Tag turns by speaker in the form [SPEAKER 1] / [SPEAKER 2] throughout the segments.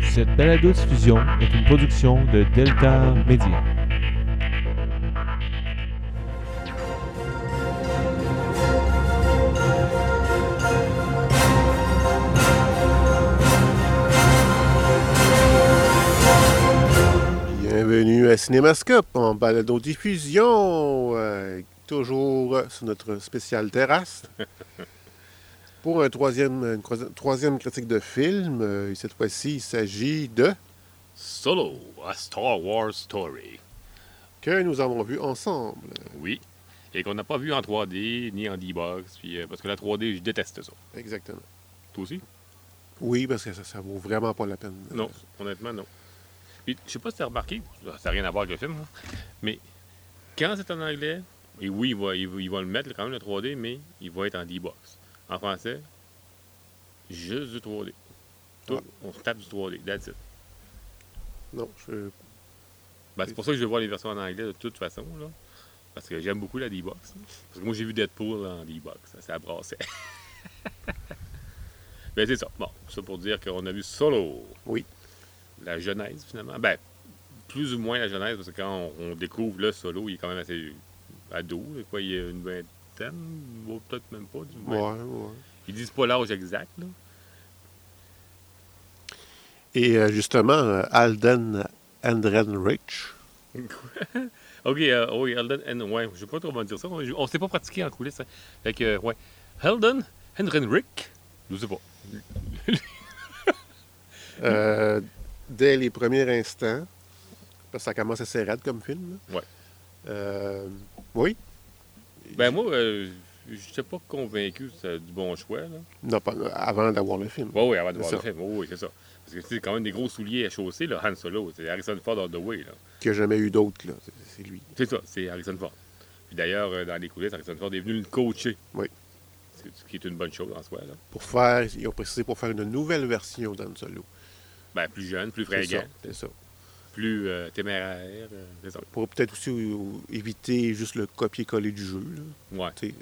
[SPEAKER 1] Cette balado-diffusion est une production de Delta Media.
[SPEAKER 2] Bienvenue à Cinémascope en balado-diffusion, euh, toujours sur notre spécial terrasse. Pour un troisième, une croisi- troisième critique de film, euh, et cette fois-ci, il s'agit de
[SPEAKER 3] Solo, a Star Wars Story.
[SPEAKER 2] que nous avons vu ensemble.
[SPEAKER 3] Oui. Et qu'on n'a pas vu en 3D ni en D-Box. Puis, euh, parce que la 3D, je déteste ça.
[SPEAKER 2] Exactement.
[SPEAKER 3] Toi aussi?
[SPEAKER 2] Oui, parce que ça, ça vaut vraiment pas la peine.
[SPEAKER 3] Non, honnêtement, non. Puis, je sais pas si t'as remarqué, ça n'a rien à voir avec le film, là, mais quand c'est en anglais, et oui, il va, il va- il va le mettre quand même le 3D, mais il va être en D-Box. En français, juste du 3D. Tout,
[SPEAKER 2] Ouais.
[SPEAKER 3] on se tape du 3D, that's it.
[SPEAKER 2] Non, je-
[SPEAKER 3] Ben, c'est pour ça que je vais voir les versions en anglais de toute façon, là. Parce que j'aime beaucoup la D-Box. Parce que moi, j'ai vu Deadpool en D-Box. Ça, ça brassait. Mais c'est ça. Bon, ça pour dire qu'on a vu Solo.
[SPEAKER 2] Oui.
[SPEAKER 3] La genèse, finalement. Ben, plus ou moins la genèse, parce que quand on, on découvre le Solo, il est quand même assez ado. là, Quoi, il y a une vingtaine, ou peut-être même pas. du-
[SPEAKER 2] Ouais, ouais.
[SPEAKER 3] Ils disent pas l'âge exact, là.
[SPEAKER 2] Et euh, justement, euh, Alden Ehrenreich,
[SPEAKER 3] OK, euh, oui, Helden and... Ouais, je sais pas trop comment dire ça. On, on s'est pas pratiqué en coulisses. hein. Fait que, euh, ouais. Helden Henrik, je sais pas.
[SPEAKER 2] euh, dès les premiers instants, parce que ça commence assez raide comme film. là.
[SPEAKER 3] Ouais.
[SPEAKER 2] Euh, oui,
[SPEAKER 3] Ben moi, euh, je n'étais pas convaincu que c'est du bon choix. Là.
[SPEAKER 2] non, pas, avant d'avoir le film.
[SPEAKER 3] Oui, oui, avant de
[SPEAKER 2] C'est
[SPEAKER 3] voir le
[SPEAKER 2] ça.
[SPEAKER 3] film. Oui, oui, c'est ça. Parce que c'est quand même des gros souliers à chausser, là, Han Solo. C'est Harrison Ford on the way. là.
[SPEAKER 2] Qu'il n'y a jamais eu d'autre, là. C'est- C'est lui.
[SPEAKER 3] C'est ça, c'est Harrison Ford. Puis d'ailleurs, euh, dans les coulisses, Harrison Ford est venu le coacher.
[SPEAKER 2] Oui.
[SPEAKER 3] C'est- Ce qui est une bonne chose en soi. Là.
[SPEAKER 2] Pour faire, ils ont précisé pour faire une nouvelle version d'Han Solo.
[SPEAKER 3] Ben, plus jeune, plus
[SPEAKER 2] C'est ça,
[SPEAKER 3] fringant,
[SPEAKER 2] c'est ça.
[SPEAKER 3] plus euh, téméraire. euh, c'est ça.
[SPEAKER 2] Pour peut-être aussi euh, éviter juste le copier-coller du jeu. Là.
[SPEAKER 3] Ouais.
[SPEAKER 2] Tu sais,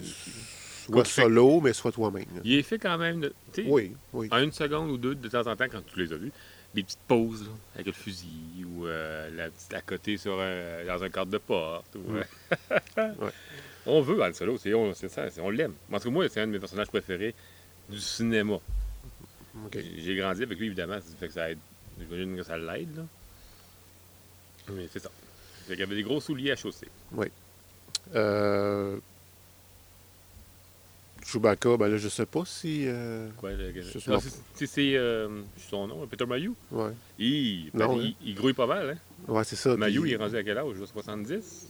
[SPEAKER 2] Soit
[SPEAKER 3] Quoi que tu fais-
[SPEAKER 2] solo, mais soit toi-même. là.
[SPEAKER 3] Il est fait quand même. de- tu sais,
[SPEAKER 2] Oui, oui.
[SPEAKER 3] En une seconde ou deux, de temps en temps, quand tu les as vus, des petites pauses là, avec le fusil ou euh, la petite à côté sur un- dans un cadre de porte. ou,
[SPEAKER 2] Mm.
[SPEAKER 3] euh,
[SPEAKER 2] Ouais.
[SPEAKER 3] On veut Han Solo, c'est, on, c'est ça, c'est- on l'aime. Parce que moi, c'est un de mes personnages préférés du cinéma.
[SPEAKER 2] OK.
[SPEAKER 3] J'ai grandi avec lui, évidemment, ça fait que ça aide. J'imagine que ça l'aide. Là. Mais c'est ça. Fait qu'il y avait des gros souliers à chausser.
[SPEAKER 2] Euh, Chewbacca, ben là, je sais pas si. euh,
[SPEAKER 3] Quoi, le-
[SPEAKER 2] C'est ça.
[SPEAKER 3] Non, ah, c'est, c'est- c'est, euh, son nom, Peter Mayou.
[SPEAKER 2] Ouais,
[SPEAKER 3] Il,
[SPEAKER 2] Non,
[SPEAKER 3] il, il grouille pas mal. Hein?
[SPEAKER 2] ouais c'est ça.
[SPEAKER 3] Mayou,
[SPEAKER 2] Euh, puis-
[SPEAKER 3] il est rendu à quel âge 70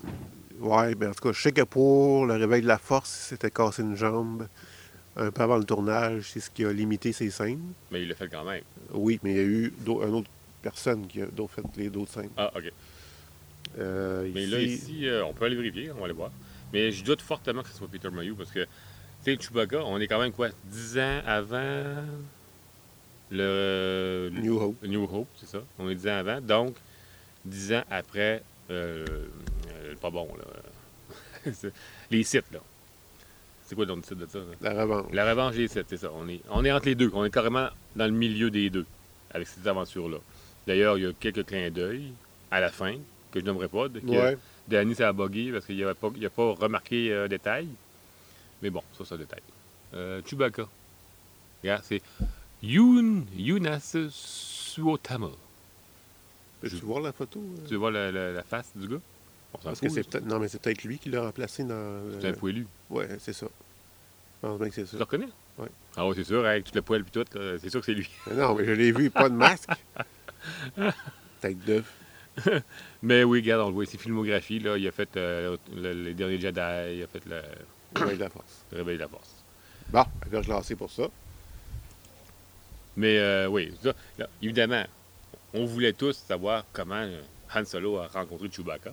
[SPEAKER 2] Ouais, ben en tout cas, je sais que pour le réveil de la force, il s'était cassé une jambe un peu avant le tournage. C'est ce qui a limité ses scènes.
[SPEAKER 3] Mais il le fait quand même.
[SPEAKER 2] Oui, mais il y a eu d'au- une autre personne qui a d'autres- fait les d'autres scènes.
[SPEAKER 3] Ah, OK.
[SPEAKER 2] Euh,
[SPEAKER 3] Mais
[SPEAKER 2] ici-
[SPEAKER 3] là, ici, euh, on peut aller vérifier, on va aller voir. Mais je doute fortement que ce soit Peter Mayou parce que, tu sais, Chewbacca, on est quand même quoi, 10 ans avant le.
[SPEAKER 2] New Hope.
[SPEAKER 3] New Hope, c'est ça. On est 10 ans avant. Donc, 10 ans après. euh, euh, le pas bon, là. C'est- les sites, là. C'est quoi le nom du site de ça? là?
[SPEAKER 2] La revanche.
[SPEAKER 3] La revanche des sept, c'est ça. On est, on est entre les deux. On est carrément dans le milieu des deux avec cette aventure-là. D'ailleurs, il y a quelques clins d'œil à la fin que je nommerai pas. de- que
[SPEAKER 2] Ouais.
[SPEAKER 3] Danny s'est abogué parce qu'il n'a pas, il a pas remarqué euh, un détail. Mais bon, ça, c'est un détail. Euh, Chewbacca. Regarde, c'est Yun, Yunas Suotama.
[SPEAKER 2] Peux-tu voir la photo? euh?
[SPEAKER 3] Tu vois la, la- la face du gars? On s'en
[SPEAKER 2] Parce que
[SPEAKER 3] fout.
[SPEAKER 2] c'est peut-être. Non, mais c'est peut-être lui qui l'a remplacé dans. euh,
[SPEAKER 3] C'est un poilu.
[SPEAKER 2] Ouais, c'est ça. Je pense bien que c'est
[SPEAKER 3] Tu
[SPEAKER 2] ça.
[SPEAKER 3] le reconnais?
[SPEAKER 2] Euh, Ouais.
[SPEAKER 3] Ah oui, c'est sûr, avec tout le poil et tout, là, c'est sûr que c'est lui.
[SPEAKER 2] Mais non, mais je l'ai vu, pas de masque. Tête d'œuf.
[SPEAKER 3] Mais oui, regarde, on le voit ici, filmographie, là, il a fait euh, le- les derniers Jedi, il a fait le,
[SPEAKER 2] Le Réveil de la force.
[SPEAKER 3] le Réveil de la Force.
[SPEAKER 2] Bon, je vais classé pour ça.
[SPEAKER 3] Mais euh, oui, ça, là, évidemment, on voulait tous savoir comment euh, Han Solo a rencontré Chewbacca.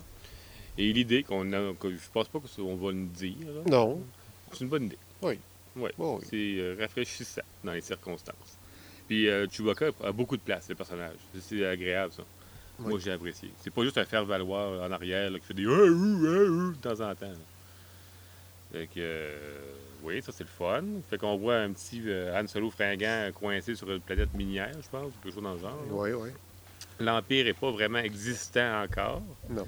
[SPEAKER 3] Et l'idée qu'on a, que je pense pas qu'on va nous dire, là,
[SPEAKER 2] Non.
[SPEAKER 3] c'est une bonne idée.
[SPEAKER 2] Oui.
[SPEAKER 3] Ouais.
[SPEAKER 2] Oui.
[SPEAKER 3] C'est euh, rafraîchissant dans les circonstances. Puis euh, Chewbacca a beaucoup de place, le personnage. C'est agréable, ça. Moi,
[SPEAKER 2] Oui.
[SPEAKER 3] j'ai apprécié. C'est pas juste un faire-valoir en arrière là, qui fait des euh, euh, euh, euh de temps en temps. là. Fait que, euh, oui, ça c'est le fun. Fait qu'on voit un petit euh, Han Solo fringant coincé sur une planète minière, je pense, ou quelque chose dans le genre. là.
[SPEAKER 2] Oui, oui.
[SPEAKER 3] L'Empire n'est pas vraiment existant encore.
[SPEAKER 2] Non.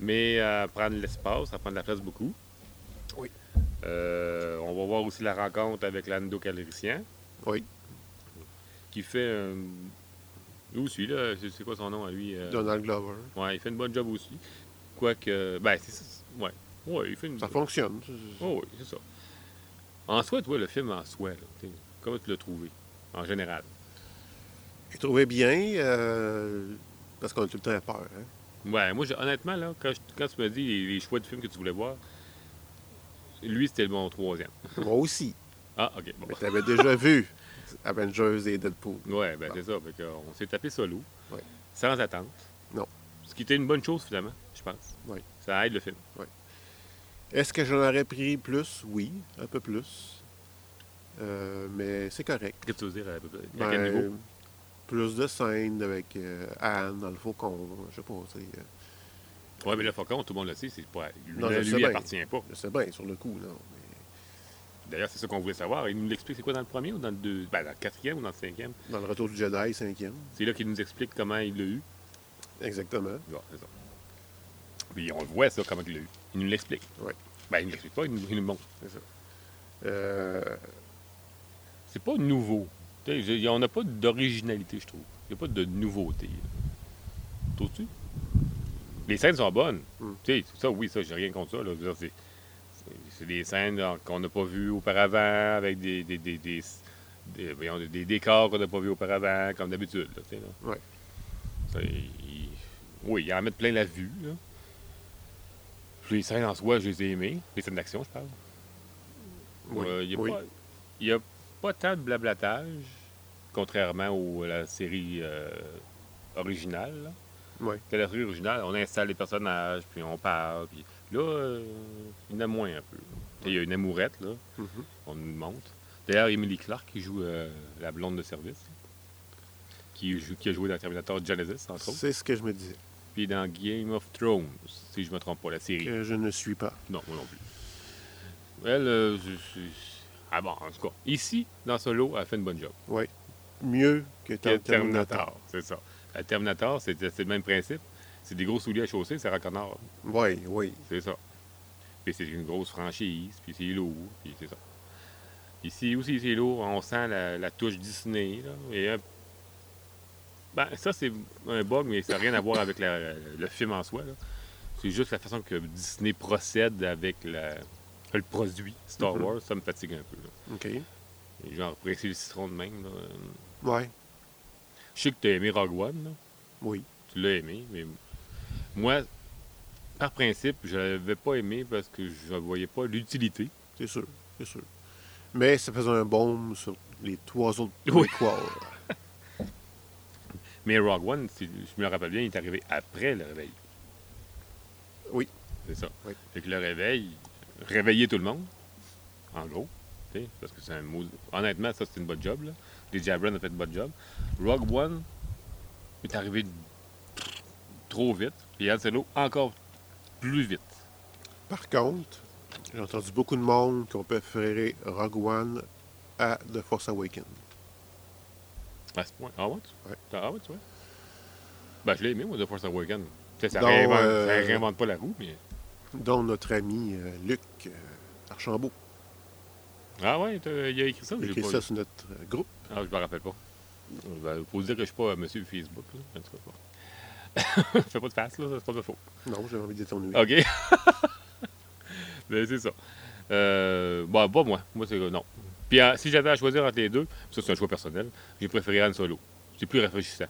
[SPEAKER 3] Mais à prendre l'espace, à prendre la place beaucoup.
[SPEAKER 2] Oui.
[SPEAKER 3] Euh, on va voir aussi la rencontre avec l'Ando Calricien,
[SPEAKER 2] Oui.
[SPEAKER 3] qui fait. euh, Où celui-là C'est c'est quoi son nom à lui euh,
[SPEAKER 2] Donald Glover.
[SPEAKER 3] Ouais, il fait une bonne job aussi. Quoique. Ben, c'est ça. c'est- Ouais. Ouais, il fait une.
[SPEAKER 2] Ça fonctionne.
[SPEAKER 3] Oh, oui, c'est ça. En soi, toi, le film en soi, là, t'es- comment tu l'as trouvé, en général
[SPEAKER 2] J'ai trouvé bien, euh, parce qu'on a tout le temps peur. Hein?
[SPEAKER 3] Ouais, moi, j'ai- honnêtement, là, quand, je- quand tu m'as dit les, les choix de films que tu voulais voir, lui, c'était mon troisième.
[SPEAKER 2] Moi aussi.
[SPEAKER 3] Ah, ok, bon.
[SPEAKER 2] Mais t'avais déjà vu Avengers et Deadpool.
[SPEAKER 3] Ouais, ben c'est ça. Fait que, euh, on s'est tapé solo,
[SPEAKER 2] Ouais.
[SPEAKER 3] sans attente.
[SPEAKER 2] Non.
[SPEAKER 3] Ce qui était une bonne chose, finalement, je pense.
[SPEAKER 2] Ouais.
[SPEAKER 3] Ça aide le film.
[SPEAKER 2] Est-ce que j'en aurais pris plus? Oui, un peu plus. Euh, mais c'est correct.
[SPEAKER 3] Qu'est-ce que tu veux dire à peu près? À quel niveau?
[SPEAKER 2] Ben, plus de scènes avec euh, Anne dans le faucon. Je sais pas. c'est, euh,
[SPEAKER 3] Ouais, mais le faucon, tout le monde le sait, c'est pas. Lui,
[SPEAKER 2] Non, je
[SPEAKER 3] lui
[SPEAKER 2] sais bien.
[SPEAKER 3] appartient pas.
[SPEAKER 2] je sais bien, sur le coup, non. mais
[SPEAKER 3] D'ailleurs, c'est ça qu'on voulait savoir. Il nous l'explique, c'est quoi dans le premier ou dans le deux? Ben, dans le quatrième ou dans le cinquième?
[SPEAKER 2] dans le retour du Jedi, cinquième.
[SPEAKER 3] C'est là qu'il nous explique comment il l'a eu.
[SPEAKER 2] Exactement.
[SPEAKER 3] Bon, c'est ça. Puis on le voit, ça, comment il l'a eu. Il nous l'explique.
[SPEAKER 2] Ouais.
[SPEAKER 3] Ben, il ne l'explique pas, il nous, il nous le montre.
[SPEAKER 2] C'est ça. Euh,
[SPEAKER 3] C'est pas nouveau. Tu sais, je- On n'a pas d'originalité, je trouve. Il n'y a pas de nouveauté. là. Trouves-tu? Les scènes sont bonnes.
[SPEAKER 2] Mm.
[SPEAKER 3] Tu sais, ça, oui, ça, j'ai rien contre ça. là. Je veux dire, C'est c'est des scènes là, qu'on n'a pas vues auparavant, avec des, des, des, des- des- voyons, des- des décors qu'on n'a pas vus auparavant, comme d'habitude. là, tu sais, là.
[SPEAKER 2] Ouais.
[SPEAKER 3] Ça, il- Oui, ils en mettent plein la vue. là. Puis Les scènes en soi, je les ai aimées. Les scènes d'action, je parle.
[SPEAKER 2] oui,
[SPEAKER 3] Euh, Il n'y a,
[SPEAKER 2] oui.
[SPEAKER 3] pas- il y a pas tant de blablatage, contrairement au- à la série euh, originale. là.
[SPEAKER 2] Ouais.
[SPEAKER 3] Que la série originale, on installe les personnages, puis on parle. Puis là, euh, il y en a moins un peu. Il y a une amourette, là,
[SPEAKER 2] Mhm.
[SPEAKER 3] on nous le montre. D'ailleurs, Emily Clark, qui joue euh, la blonde de service, qui, joue- qui a joué dans Terminator Genesis, entre autres,
[SPEAKER 2] C'est ce que je me disais.
[SPEAKER 3] puis dans Game of Thrones, si je me trompe pas, la série.
[SPEAKER 2] Que je ne suis pas.
[SPEAKER 3] Non, moi non plus. Elle, euh, je- je- ah bon, en tout cas, ici, dans Solo, elle fait une bonne job.
[SPEAKER 2] Oui. Mieux que
[SPEAKER 3] Que
[SPEAKER 2] Terminator. Terminator.
[SPEAKER 3] Terminator, c'est ça. La Terminator, c'est c'est le même principe. C'est des gros souliers à chausser, c'est raconard,
[SPEAKER 2] Oui, oui.
[SPEAKER 3] c'est ça. Puis c'est une grosse franchise, puis c'est lourd, puis c'est ça. Ici aussi, c'est lourd, on sent la, la touche Disney, là, et un- Ben, ça, c'est un bug, mais ça n'a rien à voir avec la- le film en soi, là. C'est juste la façon que Disney procède avec la- le produit Star
[SPEAKER 2] Mhm.
[SPEAKER 3] Wars, ça me fatigue un peu, là.
[SPEAKER 2] OK.
[SPEAKER 3] Et Genre, presser le citron de même, là.
[SPEAKER 2] Oui,
[SPEAKER 3] Je sais que t'as aimé Rogue One, là.
[SPEAKER 2] oui.
[SPEAKER 3] tu l'as aimé, mais moi, par principe, je l'avais pas aimé parce que je ne voyais pas l'utilité.
[SPEAKER 2] C'est sûr, c'est sûr. Mais ça faisait un baume sur les trois autres
[SPEAKER 3] Oui.
[SPEAKER 2] préquels.
[SPEAKER 3] Mais Rogue One, si je me rappelle bien, il est arrivé après le réveil.
[SPEAKER 2] Oui.
[SPEAKER 3] C'est ça.
[SPEAKER 2] Oui.
[SPEAKER 3] Fait que le réveil, réveiller tout le monde, en gros, tu sais, parce que c'est un mot. Honnêtement, ça, c'est une bonne job. Là. DJ Abrams a fait une bonne job. Rogue One est arrivé trop vite, puis Han Solo encore plus vite.
[SPEAKER 2] Par contre, j'ai entendu beaucoup de monde qui ont préféré Rogue One à The Force Awakens.
[SPEAKER 3] À ce point. Ah ouais, tu...
[SPEAKER 2] Ouais.
[SPEAKER 3] Ah ouais, tu vois. Ben, je l'ai aimé, moi, The Force Awakens. Tu sais, Ça,
[SPEAKER 2] Donc,
[SPEAKER 3] réinvente,
[SPEAKER 2] euh,
[SPEAKER 3] ça réinvente pas la roue, mais.
[SPEAKER 2] Dont notre ami euh, Luc euh, Archambault.
[SPEAKER 3] Ah ouais, t'as- il a écrit ça ou
[SPEAKER 2] J'ai
[SPEAKER 3] j'ai
[SPEAKER 2] écrit
[SPEAKER 3] pas
[SPEAKER 2] ça
[SPEAKER 3] lu?
[SPEAKER 2] sur notre euh, groupe.
[SPEAKER 3] Ah, je me rappelle pas. Ben, faut dire que je suis pas euh, monsieur Facebook, là. En tout cas, bon. Fais pas de face, là, c'est pas de faux.
[SPEAKER 2] Non, j'avais envie de détourner.
[SPEAKER 3] OK. Mais Ben, c'est ça. Euh, bon, pas moi. Moi, c'est non. Puis euh, si j'avais à choisir entre les deux, ça c'est un choix personnel, j'ai préféré Han Solo. C'est plus rafraîchissant.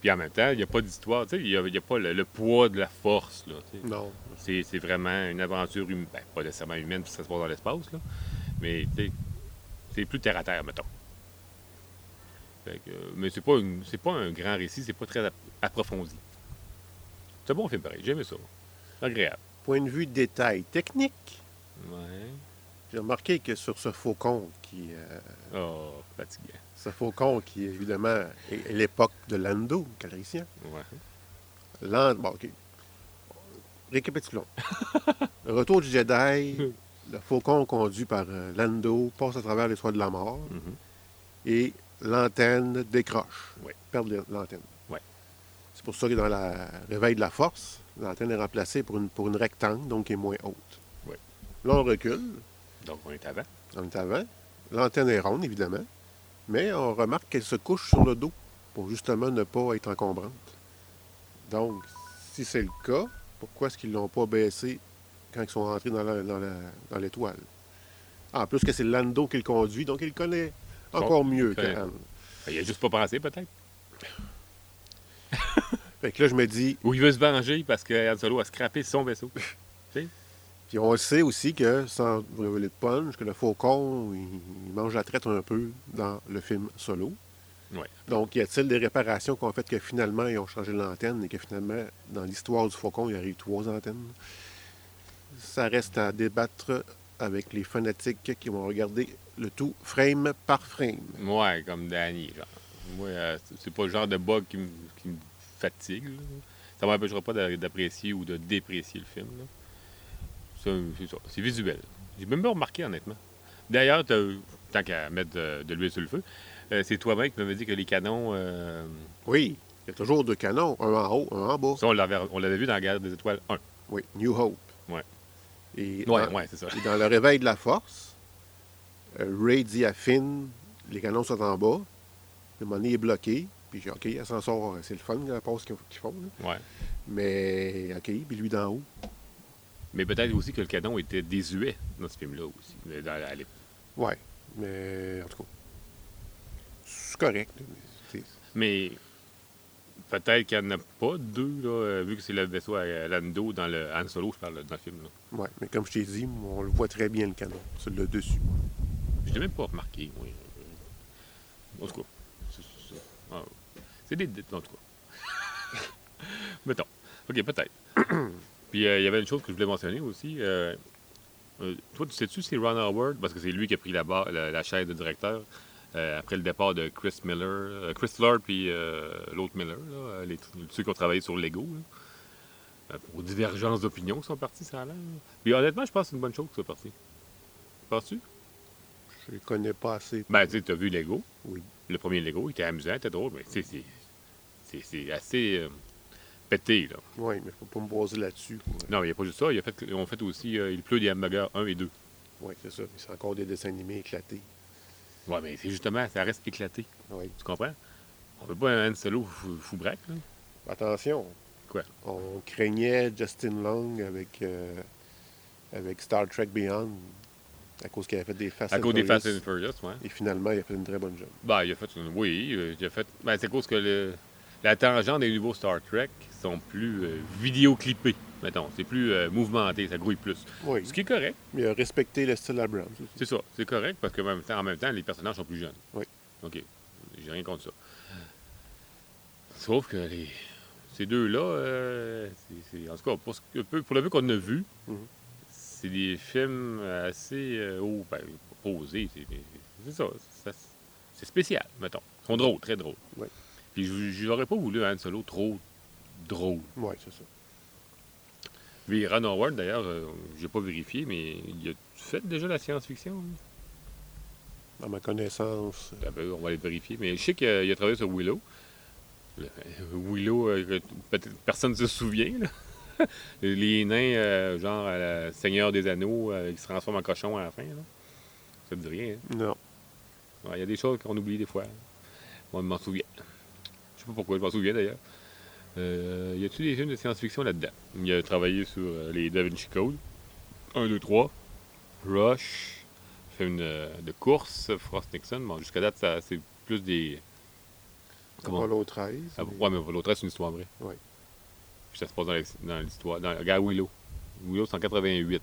[SPEAKER 3] Puis en même temps, il n'y a pas d'histoire, tu sais, il n'y a, il y a pas le, le poids de la force, là. tu sais.
[SPEAKER 2] Non.
[SPEAKER 3] C'est c'est vraiment une aventure humaine. Ben, pas nécessairement humaine, parce que ça se passe dans l'espace, là. Mais, tu sais, c'est plus terre à terre, mettons. Fait que, euh, mais c'est pas, une- c'est pas un grand récit, c'est pas très ap- approfondi. C'est un bon film, pareil. J'ai aimé ça. Agréable.
[SPEAKER 2] Point de vue détail technique,
[SPEAKER 3] Ouais.
[SPEAKER 2] j'ai remarqué que sur ce faucon qui, euh,
[SPEAKER 3] Oh, fatiguant.
[SPEAKER 2] ce faucon qui évidemment est l'époque de Lando, Calricien.
[SPEAKER 3] Ouais.
[SPEAKER 2] L'an- Bon, OK. Récapitulons. Retour du Jedi, Le faucon conduit par euh, Lando passe à travers les soies de la mort
[SPEAKER 3] Mhm.
[SPEAKER 2] et l'antenne décroche.
[SPEAKER 3] Ouais.
[SPEAKER 2] Perd le- l'antenne.
[SPEAKER 3] Ouais.
[SPEAKER 2] C'est pour ça que dans la réveil de la force, l'antenne est remplacée pour une, pour une rectangle, donc qui est moins haute.
[SPEAKER 3] Ouais.
[SPEAKER 2] Là, on recule,
[SPEAKER 3] Donc, on est avant.
[SPEAKER 2] on est avant. L'antenne est ronde, évidemment, mais on remarque qu'elle se couche sur le dos pour justement ne pas être encombrante. Donc, si c'est le cas, pourquoi est-ce qu'ils l'ont pas baissée quand ils sont rentrés dans la- dans la- dans l'étoile? en plus que c'est Lando qui le conduit, donc il le connaît encore mieux que
[SPEAKER 3] connaît.
[SPEAKER 2] Han.
[SPEAKER 3] Il a juste pas pensé, peut-être.
[SPEAKER 2] Fait que là, je me dis,
[SPEAKER 3] Ou il veut se venger parce que Han Solo a scrappé son vaisseau.
[SPEAKER 2] Puis on le sait aussi que, sans vous révéler de punch, que le faucon, il, il mange la traite un peu dans le film solo.
[SPEAKER 3] Ouais.
[SPEAKER 2] Donc, y a-t-il des réparations qu'on fait que finalement, ils ont changé l'antenne et que finalement, dans l'histoire du faucon, il arrive trois antennes? Ça reste à débattre avec les fanatiques qui vont regarder le tout frame par frame.
[SPEAKER 3] Ouais, comme Danny, genre. Moi, euh, c'est- c'est pas le genre de bug qui me qui me fatigue. là. Ça m'empêchera pas d'a- d'apprécier ou de déprécier le film. là. Ça, C'est ça. C'est visuel. J'ai même pas remarqué, honnêtement. D'ailleurs, t'as- tant qu'à mettre de, de l'huile sur le feu, euh, c'est toi-même qui m'avais dit que les canons. euh,
[SPEAKER 2] Oui, il y a toujours deux canons, un en haut, un en bas.
[SPEAKER 3] ça, on l'avait on l'avait vu dans la guerre des étoiles 1.
[SPEAKER 2] Oui, New Hope.
[SPEAKER 3] Ouais.
[SPEAKER 2] Et
[SPEAKER 3] Ouais,
[SPEAKER 2] en-
[SPEAKER 3] ouais, c'est ça.
[SPEAKER 2] Et dans le réveil de la force, euh, Ray dit à Finn, les canons sont en bas, le money est bloqué, puis j'ai OK, elle s'en sort, c'est le fun la passe qu'ils qu'ils font. là.
[SPEAKER 3] Ouais.
[SPEAKER 2] Mais OK, puis lui d'en haut.
[SPEAKER 3] Mais peut-être aussi que le canon était désuet dans ce film-là aussi. mais Dans, à l'époque.
[SPEAKER 2] Ouais, mais en tout cas, c'est correct. là. C'est-
[SPEAKER 3] Mais peut-être qu'il n'y en a pas deux, là, euh, vu que c'est le vaisseau à euh, Lando dans le Han Solo, je parle là, dans le film. Là.
[SPEAKER 2] Ouais, mais comme je t'ai dit, on le voit très bien le canon, sur le dessus.
[SPEAKER 3] Je l'ai même pas remarqué, moi. En tout cas, c'est- c'est ça. Ah, c'est des détails, en tout cas. Mettons. OK, peut-être. Puis euh, il y avait une chose que je voulais mentionner aussi. euh, euh, toi, tu sais-tu si Ron Howard, parce que c'est lui qui a pris la, barre- la, la chaise de directeur euh, après le départ de Chris Miller, euh, Chris Lord puis euh, l'autre Miller, là, euh, les, ceux qui ont travaillé sur Lego, là, euh, pour divergence d'opinion, ils sont partis, ça a l'air. Puis honnêtement, je pense que c'est une bonne chose qu'ils soient partis. Penses-tu?
[SPEAKER 2] Je le connais pas assez.
[SPEAKER 3] Ben, tu sais, t'as vu Lego.
[SPEAKER 2] Oui.
[SPEAKER 3] Le premier Lego, il était amusant, il était drôle, mais tu sais, c'est- c'est- c'est assez euh, pété, là.
[SPEAKER 2] Oui, mais faut pas me baser là-dessus.
[SPEAKER 3] Non, mais il n'y a pas juste ça. Il a fait, ils ont fait aussi euh, Il pleut des hamburgers 1 et 2.
[SPEAKER 2] Oui, c'est ça. C'est encore des dessins animés éclatés.
[SPEAKER 3] Ouais, mais c'est justement, ça reste éclaté.
[SPEAKER 2] Oui.
[SPEAKER 3] Tu comprends? On veut pas un Han solo fou, fou braque, là.
[SPEAKER 2] Attention.
[SPEAKER 3] Quoi?
[SPEAKER 2] On craignait Justin Long avec, euh, avec Star Trek Beyond à cause qu'il avait fait des faces.
[SPEAKER 3] À cause des Fast and Furious, ouais.
[SPEAKER 2] Et finalement, il a fait une très bonne job.
[SPEAKER 3] Ben, il a fait une. Oui, euh, il a fait. Ben, c'est à cause que le- la tangente des nouveaux Star Trek sont plus euh, vidéoclippés, mettons. C'est plus euh, mouvementé, ça grouille plus.
[SPEAKER 2] Oui.
[SPEAKER 3] Ce qui est correct.
[SPEAKER 2] Il a respecté le style à Brown.
[SPEAKER 3] C'est ça, c'est correct parce que en même temps, en même temps, les personnages sont plus jeunes.
[SPEAKER 2] Oui.
[SPEAKER 3] OK. J'ai rien contre ça. Sauf que les- ces deux-là, euh, c'est- c'est- en tout cas, pour, ce que peu- pour le peu qu'on a vu,
[SPEAKER 2] Mhm.
[SPEAKER 3] c'est des films assez euh, haut, ben, posés. C'est c'est ça, ça- C'est spécial, mettons. Ils sont drôles, très drôles.
[SPEAKER 2] Oui.
[SPEAKER 3] Puis je- je n'aurais pas voulu un solo trop drôle.
[SPEAKER 2] Oui, c'est ça.
[SPEAKER 3] Puis Ron Howard, d'ailleurs, euh, j'ai pas vérifié, mais il a fait déjà la science-fiction. lui?
[SPEAKER 2] À ma connaissance.
[SPEAKER 3] Ah ben, on va aller vérifier. Mais je sais qu'il a travaillé sur Willow. Le- Willow, euh, que peut-être personne ne se souvient. là. Les nains, euh, genre à la Seigneur des Anneaux, euh, qui se transforment en cochon à la fin. là. Ça ne dit rien. hein.
[SPEAKER 2] Non.
[SPEAKER 3] Ouais, Il y a des choses qu'on oublie des fois. On m'en souvient. Je sais pas pourquoi je m'en souviens d'ailleurs. Euh, y a-tu des films de science-fiction là-dedans? Il a travaillé sur euh, les Da Vinci Code. 1, 2, 3. Rush. Fait une euh, de course, Frost Nixon. Bon, jusqu'à date, ça- c'est plus des. Comment?
[SPEAKER 2] Apollo 13.
[SPEAKER 3] Ah,
[SPEAKER 2] mais-
[SPEAKER 3] ouais, mais l'autre, c'est une histoire vraie.
[SPEAKER 2] Ouais.
[SPEAKER 3] Puis ça se passe dans l'ex- dans l'histoire. Dans, regarde Willow. Willow, c'est en 88.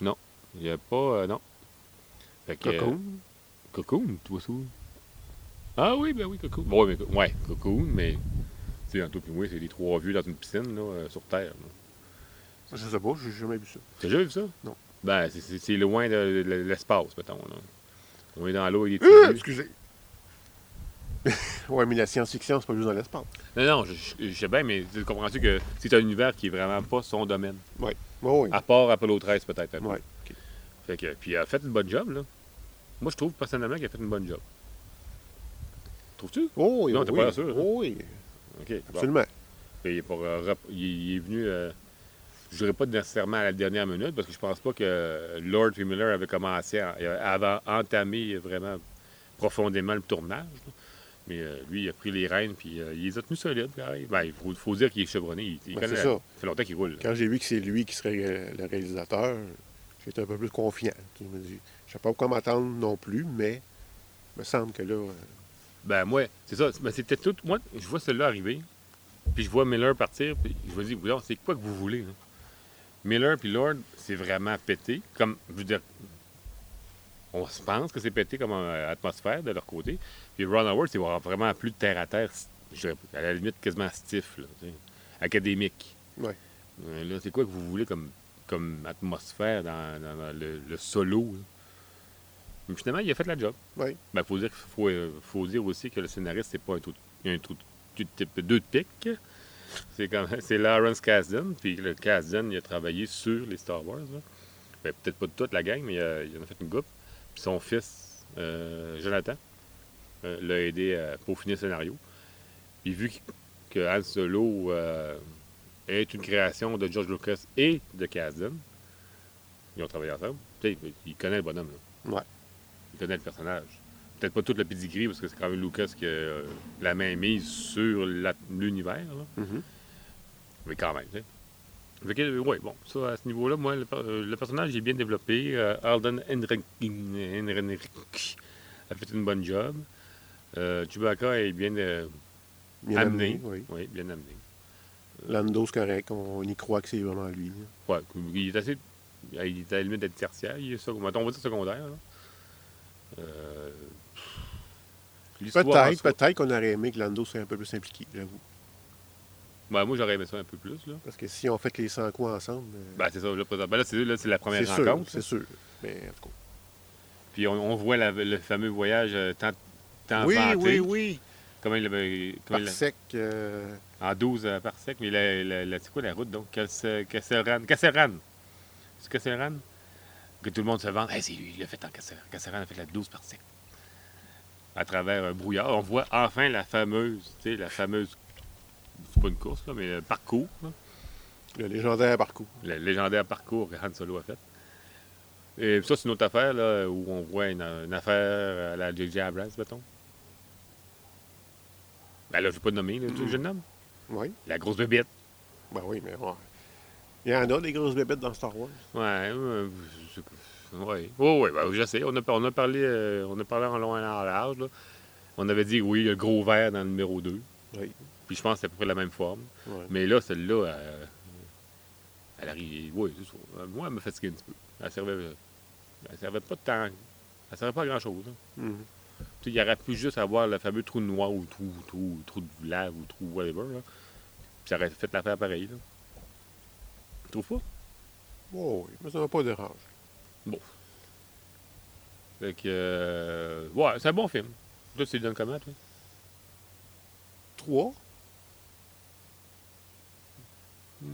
[SPEAKER 3] Non. Il n'y a pas. euh, non. Fait que, euh,
[SPEAKER 2] Cocoon.
[SPEAKER 3] Cocoon, toi ça? Ah oui, ben oui, Cocoon. Bon, ouais, mais, co- ouais, Cocoon, mais. Tu sais, en tout cas, moi, c'est les trois vieux dans une piscine, là, euh, sur Terre.
[SPEAKER 2] Je
[SPEAKER 3] là.
[SPEAKER 2] sais pas, j'ai jamais vu ça.
[SPEAKER 3] T'as déjà vu ça?
[SPEAKER 2] Non.
[SPEAKER 3] Ben, c'est- c'est c'est loin de, de l'espace, mettons, là. On est dans l'eau, il est
[SPEAKER 2] Ah,
[SPEAKER 3] tout nu.
[SPEAKER 2] excusez. ouais, mais la science-fiction, c'est pas juste dans l'espace.
[SPEAKER 3] Non, non, je, je- je sais bien, mais tu comprends-tu que c'est un univers qui est vraiment pas son domaine?
[SPEAKER 2] Ouais. Oh oui.
[SPEAKER 3] À part Apollo 13, peut-être. un peu.
[SPEAKER 2] Ouais.
[SPEAKER 3] Fait que, puis il a fait une bonne job, là. Moi, je trouve personnellement qu'il a fait une bonne job. Trouves-tu?
[SPEAKER 2] Oh oui,
[SPEAKER 3] Non,
[SPEAKER 2] oh
[SPEAKER 3] t'es
[SPEAKER 2] oui.
[SPEAKER 3] pas sûr, hein?
[SPEAKER 2] Oh oui,
[SPEAKER 3] OK. bon.
[SPEAKER 2] absolument.
[SPEAKER 3] Puis pour, euh, rep- il, il est venu, euh, je dirais pas nécessairement à la dernière minute, parce que je pense pas que Lord et Miller avaient commencé, à- euh, avant entamé vraiment profondément le tournage. là. Mais euh, lui, il a pris les rênes, puis euh, il les a tenus solides. quand même. Ben, il faut, faut dire qu'il est chevronné. Il, il
[SPEAKER 2] Ben,
[SPEAKER 3] connaît-
[SPEAKER 2] c'est ça.
[SPEAKER 3] fait longtemps qu'il roule. là.
[SPEAKER 2] Quand j'ai vu que c'est lui qui serait euh, le réalisateur, j'étais un peu plus confiant. Je me dis, je sais pas quoi m'attendre non plus, mais il me semble que là, euh,
[SPEAKER 3] Ben, moi, c'est ça. Ben, c'était tout. Moi, je vois celui-là arriver, puis je vois Miller partir, puis je me dis, Voyons, c'est quoi que vous voulez? là? Miller puis Lord, c'est vraiment pété. Comme, je veux dire, on se pense que c'est pété comme euh, atmosphère de leur côté. Puis Ron Howard, c'est vraiment plus terre à terre, je dirais, à la limite quasiment stiff, là, tu sais, académique.
[SPEAKER 2] Ouais.
[SPEAKER 3] Euh, là, c'est quoi que vous voulez comme, comme atmosphère dans, dans le, le solo? là? Mais finalement, il a fait la job.
[SPEAKER 2] ouais.
[SPEAKER 3] Ben, faut dire, qu'il faut, euh, faut dire aussi que le scénariste, c'est pas un trou, de- un trou de- tu te tapes deux de pique. C'est quand même- c'est Lawrence Kasdan. Puis le Kasdan, il a travaillé sur les Star Wars. là. Ben, peut-être pas de toute la gang, mais il, a- il en a fait une coupe. Puis son fils, euh, Jonathan, euh, l'a aidé à peaufiner le scénario. Puis vu qu- que Han Solo euh, est une création de George Lucas et de Kasdan, ils ont travaillé ensemble. Tu sais, il- il connaît le bonhomme. là.
[SPEAKER 2] Ouais.
[SPEAKER 3] Il connaît le personnage peut-être pas tout le pedigree, parce que c'est quand même Lucas qui a euh, la main mise sur la- l'univers, là.
[SPEAKER 2] Mhm.
[SPEAKER 3] mais quand même. tu sais. Fait que, euh, ouais, bon, ça, à ce niveau-là, moi, le, per- euh, le personnage est bien développé. Euh, Alden Henrik Henrik a fait une bonne job. Euh, Chewbacca est bien, euh,
[SPEAKER 2] bien
[SPEAKER 3] amené.
[SPEAKER 2] Oui.
[SPEAKER 3] Oui, bien amené.
[SPEAKER 2] Lando, c'est correct. On, on y croit que c'est vraiment lui. là.
[SPEAKER 3] Ouais, il est assez. Il est à la limite d'être tertiaire. Il est secondaire, on va dire secondaire. là. Euh, l'histoire en
[SPEAKER 2] Peut-être,
[SPEAKER 3] soi-
[SPEAKER 2] peut-être qu'on aurait aimé que Lando soit un peu plus impliqué, j'avoue.
[SPEAKER 3] Ouais, ben, moi, j'aurais aimé ça un peu plus. Là.
[SPEAKER 2] Parce que si on fait les 100 coups ensemble, euh,
[SPEAKER 3] Ben, c'est ça, là, présent- ben, là, c'est, là, c'est la
[SPEAKER 2] c'est
[SPEAKER 3] première
[SPEAKER 2] sûr,
[SPEAKER 3] rencontre. hein.
[SPEAKER 2] c'est sûr. Mais en tout cas.
[SPEAKER 3] Puis on, on voit la- le fameux voyage euh, tant, tant
[SPEAKER 2] Oui,
[SPEAKER 3] vanté.
[SPEAKER 2] oui, oui.
[SPEAKER 3] Comment il l'avait-
[SPEAKER 2] Par
[SPEAKER 3] comment il l'a-
[SPEAKER 2] sec, euh,
[SPEAKER 3] En 12 euh, par sec, mais la, la, la- c'est quoi la route donc Casselran. Casselran C'est Casselran Que tout le monde se vante. Hey, c'est lui, il l'a fait en Casselran. Casselran a fait la 12 par sec. À travers un brouillard, on voit enfin la fameuse, tu sais, la fameuse, c'est pas une course, là, mais le parcours. là.
[SPEAKER 2] le légendaire parcours.
[SPEAKER 3] le légendaire parcours que Han Solo a fait. Et ça, c'est une autre affaire là, où on voit une, une affaire à la J.J. Abrams, mettons. Ben là, je ne vais pas nommer, là, tu veux que je le nomme.
[SPEAKER 2] Oui.
[SPEAKER 3] La grosse bébête.
[SPEAKER 2] Ben oui, mais ouais. Il y en a des grosses bébêtes dans Star Wars.
[SPEAKER 3] Ouais, euh, je- ouais. Oh, ouais, ben, je sais. On a, on, a parlé, euh, on a parlé en long et en large. là. On avait dit, oui, il y a le gros vert dans le numéro 2.
[SPEAKER 2] Oui.
[SPEAKER 3] Puis je pense que c'est à peu près la même forme.
[SPEAKER 2] Ouais.
[SPEAKER 3] Mais là, celle-là, euh, elle arrive. Oui, c'est ça. Euh, Moi, elle me fatiguait un petit peu. Elle servait, euh, elle servait pas de temps. Elle servait pas à grand-chose. hein.
[SPEAKER 2] Mhm.
[SPEAKER 3] Tu sais, Il aurait pu juste avoir le fameux trou noir ou trou, trou, trou de lave ou trou whatever. Là. Puis ça aurait fait l'affaire pareil. Là. Tu trouves pas?
[SPEAKER 2] Oh oui, mais ça m'a pas dérangé.
[SPEAKER 3] Fait que. euh, ouais, c'est un bon film. Là, tu le donnes comment, toi?
[SPEAKER 2] Trois?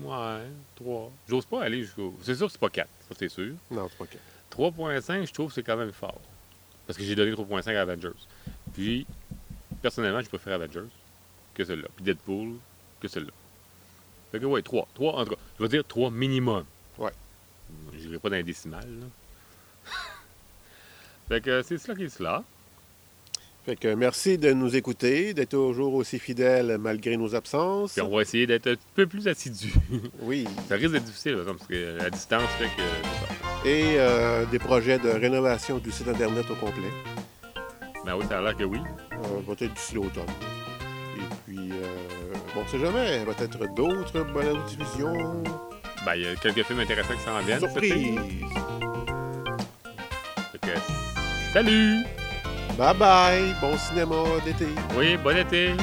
[SPEAKER 3] Ouais, 3. J'ose pas aller jusqu'au. C'est sûr que c'est pas 4, ça c'est sûr.
[SPEAKER 2] Non, c'est pas quatre.
[SPEAKER 3] 3.5, je trouve que c'est quand même fort. Parce que j'ai donné 3.5 à Avengers. Puis, personnellement, je préfère Avengers que celui-là. Puis Deadpool que celui-là. Fait que, ouais, 3. 3, en tout cas, je vais dire 3 minimum.
[SPEAKER 2] Ouais.
[SPEAKER 3] Je n'irai pas dans les décimales, là. fait que c'est cela qui est cela.
[SPEAKER 2] Fait que merci de nous écouter, d'être toujours aussi fidèles malgré nos absences.
[SPEAKER 3] Puis on va essayer d'être un petit peu plus assidu.
[SPEAKER 2] Oui.
[SPEAKER 3] ça risque d'être difficile, par exemple, parce que la distance fait que.
[SPEAKER 2] Et euh, des projets de rénovation du site Internet au complet.
[SPEAKER 3] Ben oui, ça a l'air que oui.
[SPEAKER 2] Euh, peut-être d'ici l'automne. Et puis, euh, bon, on sait jamais, peut-être d'autres bonnes diffusions.
[SPEAKER 3] Ben, il y a quelques films intéressants qui s'en viennent. cet été.
[SPEAKER 2] Surprise!
[SPEAKER 3] Fait que, salut!
[SPEAKER 2] Bye bye! Bon cinéma d'été!
[SPEAKER 3] Oui, bon été!